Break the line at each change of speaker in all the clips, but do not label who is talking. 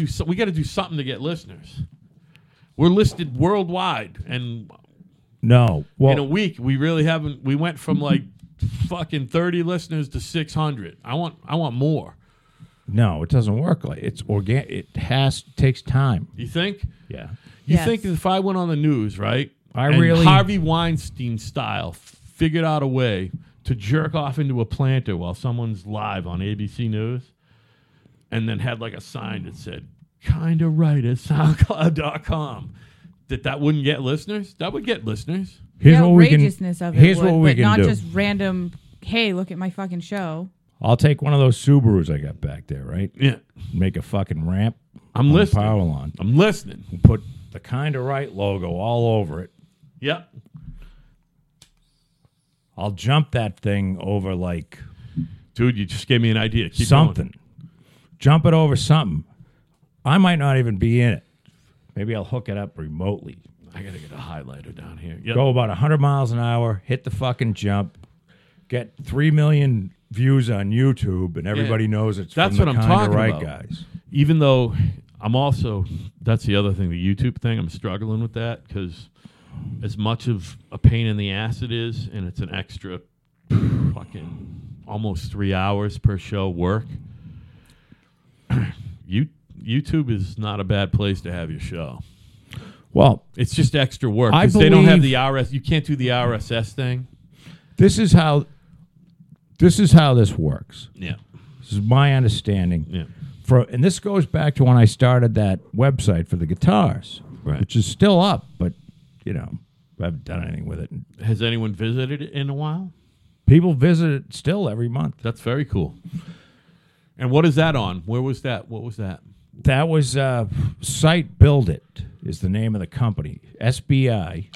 do so, we got to do something to get listeners. We're listed worldwide, and
No. Well,
in a week we really haven't. We went from like fucking thirty listeners to six hundred. I want I want more.
no, it doesn't work. Like it's organic. It has takes time.
You think?
Yeah.
You
Yes.
think if I went on the news, right?
I
and
really-
Harvey Weinstein style figured out a way to jerk off into a planter while someone's live on ABC News, and then had like a sign that said "Kinda right at SoundCloud.com." That that wouldn't get listeners. That would get listeners.
Here's
the
what we can.
outrageousness of it
here's
would,
what we
but
can
not
do.
just random. Hey, look at my fucking show.
I'll take one of those Subarus I got back there. Right.
Yeah,
Make a fucking ramp.
I'm
on the
listening.
Power line.
I'm listening.
Put the kind of right logo all over it.
Yep.
I'll jump that thing over like
Dude, you just gave me an idea. Keep
something.
Going.
Jump it over something. I might not even be in it. Maybe I'll hook it up remotely.
I gotta get a highlighter down here. Yep.
Go about 100 miles an hour, hit the fucking jump, get 3 million views on YouTube, and everybody knows it's
That's
from
what
the
I'm
Kinda
talking
right
about.
guys.
Even though I'm also that's the other thing, the YouTube thing. I'm struggling with that because as much of a pain in the ass it is, and it's an extra fucking almost three hours per show work. you YouTube is not a bad place to have your show.
Well,
It's just extra work
I
because they don't have
believe-
the RS. You can't do the RSS thing.
this is how this is how this works.
Yeah,
This is my understanding.
yeah,
For, and this goes back to when I started that website for the guitars,
right.
which is still up, but you know, I haven't done anything with it.
Has anyone visited it in a while?
People visit it still every month.
That's very cool. And what is that on? Where was that? What was that?
That was uh, Site Build It is the name of the company, SBI,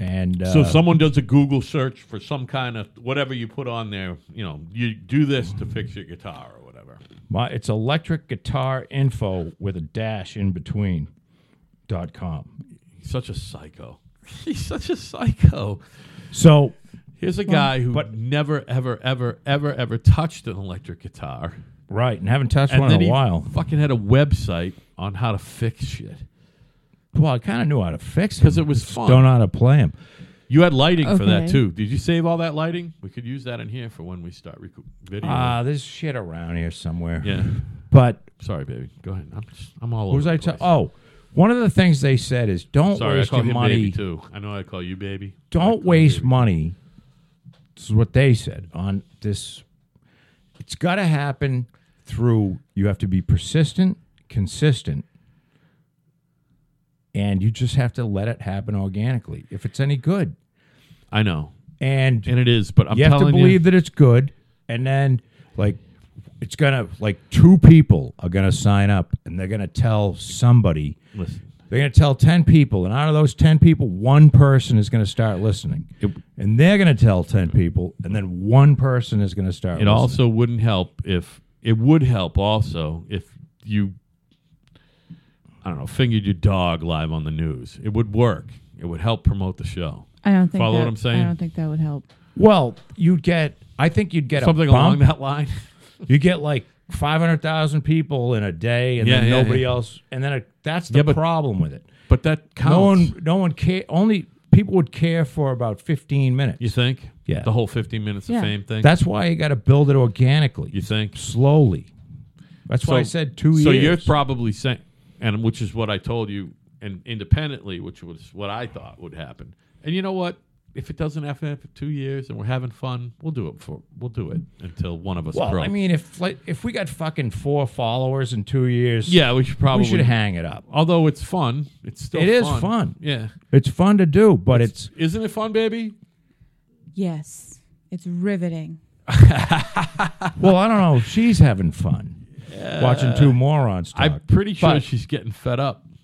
and uh,
so someone does a Google search for some kind of whatever you put on there. You know, you do this to fix your guitar or whatever.
my, it's Electric Guitar Info with a dash in between dot com.
He's such a psycho. He's such a psycho.
So
Here's a guy who
but-
never, ever, ever, ever, ever touched an electric guitar,
right, and haven't touched
and
one
then
in a
he
while.
fucking had a website on how to fix shit
Well, I kind of knew how to fix
because
it.
it was fun.
Don't know how to play them.
You had lighting for that
Okay.
too. Did you save all that lighting? We could use that in here for when we start rec- video.
Ah, there's shit around here somewhere.
yeah.
But
Sorry, baby. Go ahead. I'm, just, I'm all
what was
over.
I?
the
Ta-
place.
oh, one of the things they said is don't
sorry. I
waste
call
your
him
money.
baby too. I know I call you baby. I
don't
call
waste
baby.
money. This is what they said on this. It's got to happen through. You have to be persistent, consistent, and you just have to let it happen organically. If it's any good,
I know,
and
and it is. But I'm
you have to
telling
believe that it's good, and then like it's gonna like two people are gonna sign up, and they're gonna tell somebody.
you. Listen,
They're going to tell 10 people, and out of those 10 people, one person is going to start listening. and they're going to tell 10 people, and then one person is going to start
it
listening.
also wouldn't help if it would help also if you, I don't know, fingered your dog live on the news. It would work. It would help promote the show.
I don't think
Follow what
that-
I'm saying?
I don't think that would help.
Well, you'd get, I think you'd get
Something
a bump.
along that line.
You get like 500,000 people in a day, and
Yeah,
then
yeah,
nobody
yeah.
else. And then it, that's the
Yeah, but-
problem with it.
but that counts.
No one, no one care. Only people would care for about 15 minutes.
you think?
Yeah.
The whole 15 minutes
Yeah.
of fame thing.
That's why you got to build it organically,
you think?
slowly. That's why I said two
so
years.
you're probably saying, and which is what I told you, and independently, which was what I thought would happen. And you know what? If it doesn't happen for two years and we're having fun, we'll do it for we'll do it until one of us.
Well,
broke.
I mean, if like, if we got fucking four followers in two years,
yeah, we should
we
probably
should hang it up.
Although it's fun, it's still
It
fun.
is fun.
Yeah,
It's fun to do, but it's
isn't it fun, baby?
Yes, it's riveting.
well, I don't know. She's having fun watching two morons talk.
I'm pretty sure
But-
she's getting fed up.